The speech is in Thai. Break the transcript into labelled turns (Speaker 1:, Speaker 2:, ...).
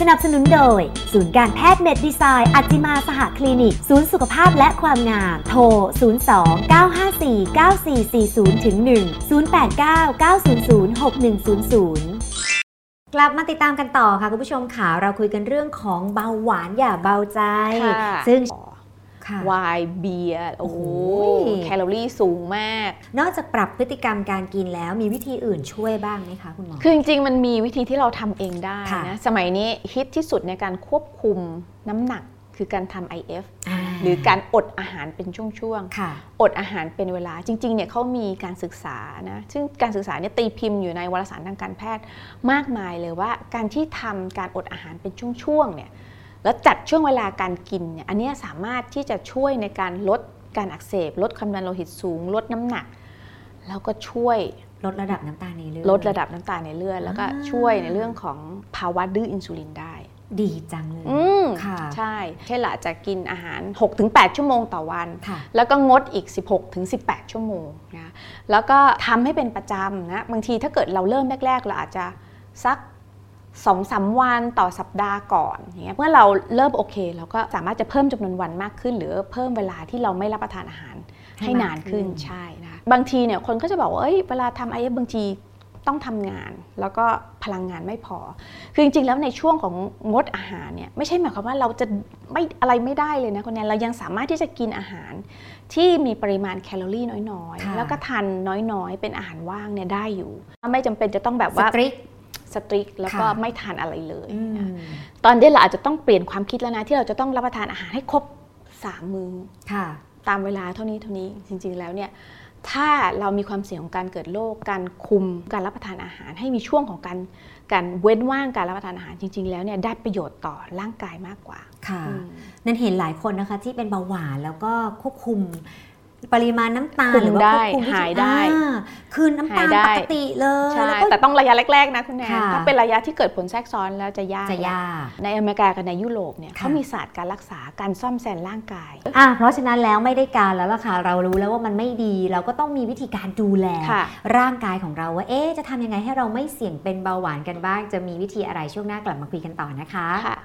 Speaker 1: สนับสนุนโดย ศูนย์การแพทย์เมดดีไซน์อัจจิมาสหคลินิก ศูนย์สุขภาพและความงาม โทร 02 954 9440ถึง1 089 900 6100 กลับมาติดตามกันต่อค่ะคุณผู้ชมค่ะเราคุยกันเรื่องของเบาหวานอย่าเบาใจ
Speaker 2: ค่ะ
Speaker 1: ซึ่งค่ะ
Speaker 2: วายเบียร์โอ้โห
Speaker 1: โอ้ย
Speaker 2: แคลอรี่สูงมาก
Speaker 1: นอกจากปรับพฤติกรรมการกินแล้วมีวิธีอื่นช่วยบ้างไหมคะคุณหมอ
Speaker 2: คือจริงๆ มันมีวิธีที่เราทำเองได้
Speaker 1: ค่ะ
Speaker 2: นะ สมัยนี้ฮิตที่สุดในการควบคุมน้ำหนักคือการทำ IF
Speaker 1: า
Speaker 2: หรือการอดอาหารเป็นช่วง
Speaker 1: ค่ะ
Speaker 2: ๆ อดอาหารเป็นเวลา จริงๆ เนี่ยเขามีการศึกษานะ ซึ่งการศึกษาเนี่ยตีพิมพ์อยู่ในวารสารทางการแพทย์มากมายเลยว่า การที่ทำการอดอาหารเป็นช่วงๆ เนี่ย แล้วจัดช่วงเวลาการกินเนี่ย อันเนี้ยสามารถที่จะช่วยในการลดการอักเสบ ลดความดันโลหิตสูง ลดน้ำหนัก แล้วก็ช่วย
Speaker 1: ลดระดับน้ำตาลในเลือด
Speaker 2: ลดระดับน้ำตาลในเลือด แล้วก็
Speaker 1: อ่า
Speaker 2: ช่วยในเรื่องของภาวะดื้ออินซูลินได้
Speaker 1: ดีจังเลย
Speaker 2: อืม
Speaker 1: ค่ะ
Speaker 2: ใช่เช่นละจะกินอาหาร 6-8 ชั่วโมงต่อวัน
Speaker 1: ค่ะ
Speaker 2: แล้วก็งดอีก 16-18 ชั่วโมงนะแล้วก็ทำให้เป็นประจำนะบางทีถ้าเกิดเราเริ่มแรก ๆ เราอาจจะสักสองสามวันต่อสัปดาห์ก่อนอย่างเงี้ยเมื่อเราเริ่มโอเค เราก็สามารถจะเพิ่มจำนวนวันมากขึ้น หรือเพิ่มเวลาที่เราไม่รับประทานอาหาร ให้นานขึ้น
Speaker 1: ให้มากขึ้น
Speaker 2: ใช่นะคะบางทีเนี่ยคนก็จะบอกว่าเอ้ยเวลาทำไอ้บางทีต้องทำงาน แล้วก็พลังงานไม่พอ คือจริงๆแล้วในช่วงของงดอาหารเนี่ยไม่ใช่หมายความว่าเราจะไม่อะไรไม่ได้เลยนะคนแนนเรายังสามารถที่จะกินอาหาร ที่มีปริมาณแคลอรี่น้อย
Speaker 1: ค่ะ
Speaker 2: ๆ แล้วก็ทานน้อยๆ เป็นอาหารว่างเนี่ยได้อยู่ ไม่จำเป็นจะต้องแบบ
Speaker 1: ส
Speaker 2: ว่า
Speaker 1: ตริก
Speaker 2: สตริกแล้วก็
Speaker 1: ค่ะ
Speaker 2: ไม่ทานอะไรเลย
Speaker 1: อื
Speaker 2: นะ
Speaker 1: ม
Speaker 2: ตอนนี้เราอาจจะต้องเปลี่ยนความคิดแล้วนะที่เราจะต้องรับประทานอาหารให้ครบสามมื้อ
Speaker 1: ค่ะ
Speaker 2: ตามเวลาเท่านี้เท่านี้จริงๆแล้วเนี่ยถ้าเรามีความเสี่ยงของการเกิดโรคการคุมการรับประทานอาหาร ให้มีช่วงของการการเว้นว่างการรับประทานอาหารจริง ๆ แล้วเนี่ยได้ประโยชน์ต่อร่างกายมากกว่า
Speaker 1: ค่ะ
Speaker 2: อืม
Speaker 1: นั่นเห็นหลายคนนะคะที่เป็นเบาหวานแล้วก็ควบคุมปริมาณน้ำตาล
Speaker 2: คุม
Speaker 1: หรือว่าควบคุมที่
Speaker 2: ได้หายได้
Speaker 1: อ่าคืนน้ำตาล
Speaker 2: หายได้
Speaker 1: ปกติเลย
Speaker 2: ใช่
Speaker 1: แล้วก็
Speaker 2: แต่ต้องระยะแรก ๆ นะคุณแนน
Speaker 1: ค่ะ
Speaker 2: ถ้าเป็นระยะที่เกิดผลแทรกซ้อนแล้วจะยาก
Speaker 1: จะยาก
Speaker 2: ในอเมริกากับในยุโรปเนี่ย
Speaker 1: ค่ะ
Speaker 2: เขามีศาสตร์การรักษาการซ่อมแซมร่างกาย
Speaker 1: อ่ะเพราะฉะนั้นแล้วไม่ได้การแล้วล่ะค่ะ เรารู้แล้วว่ามันไม่ดี เราก็ต้องมีวิธีการดูแล
Speaker 2: ค่ะ
Speaker 1: ร่างกายของเราว่าเอ๊ะจะทำยังไงให้เราไม่เสี่ยงเป็นเบาหวานกันบ้าง จะมีวิธีอะไรช่วงหน้ากลับมาคุยกันต่อนะคะ
Speaker 2: ค่ะ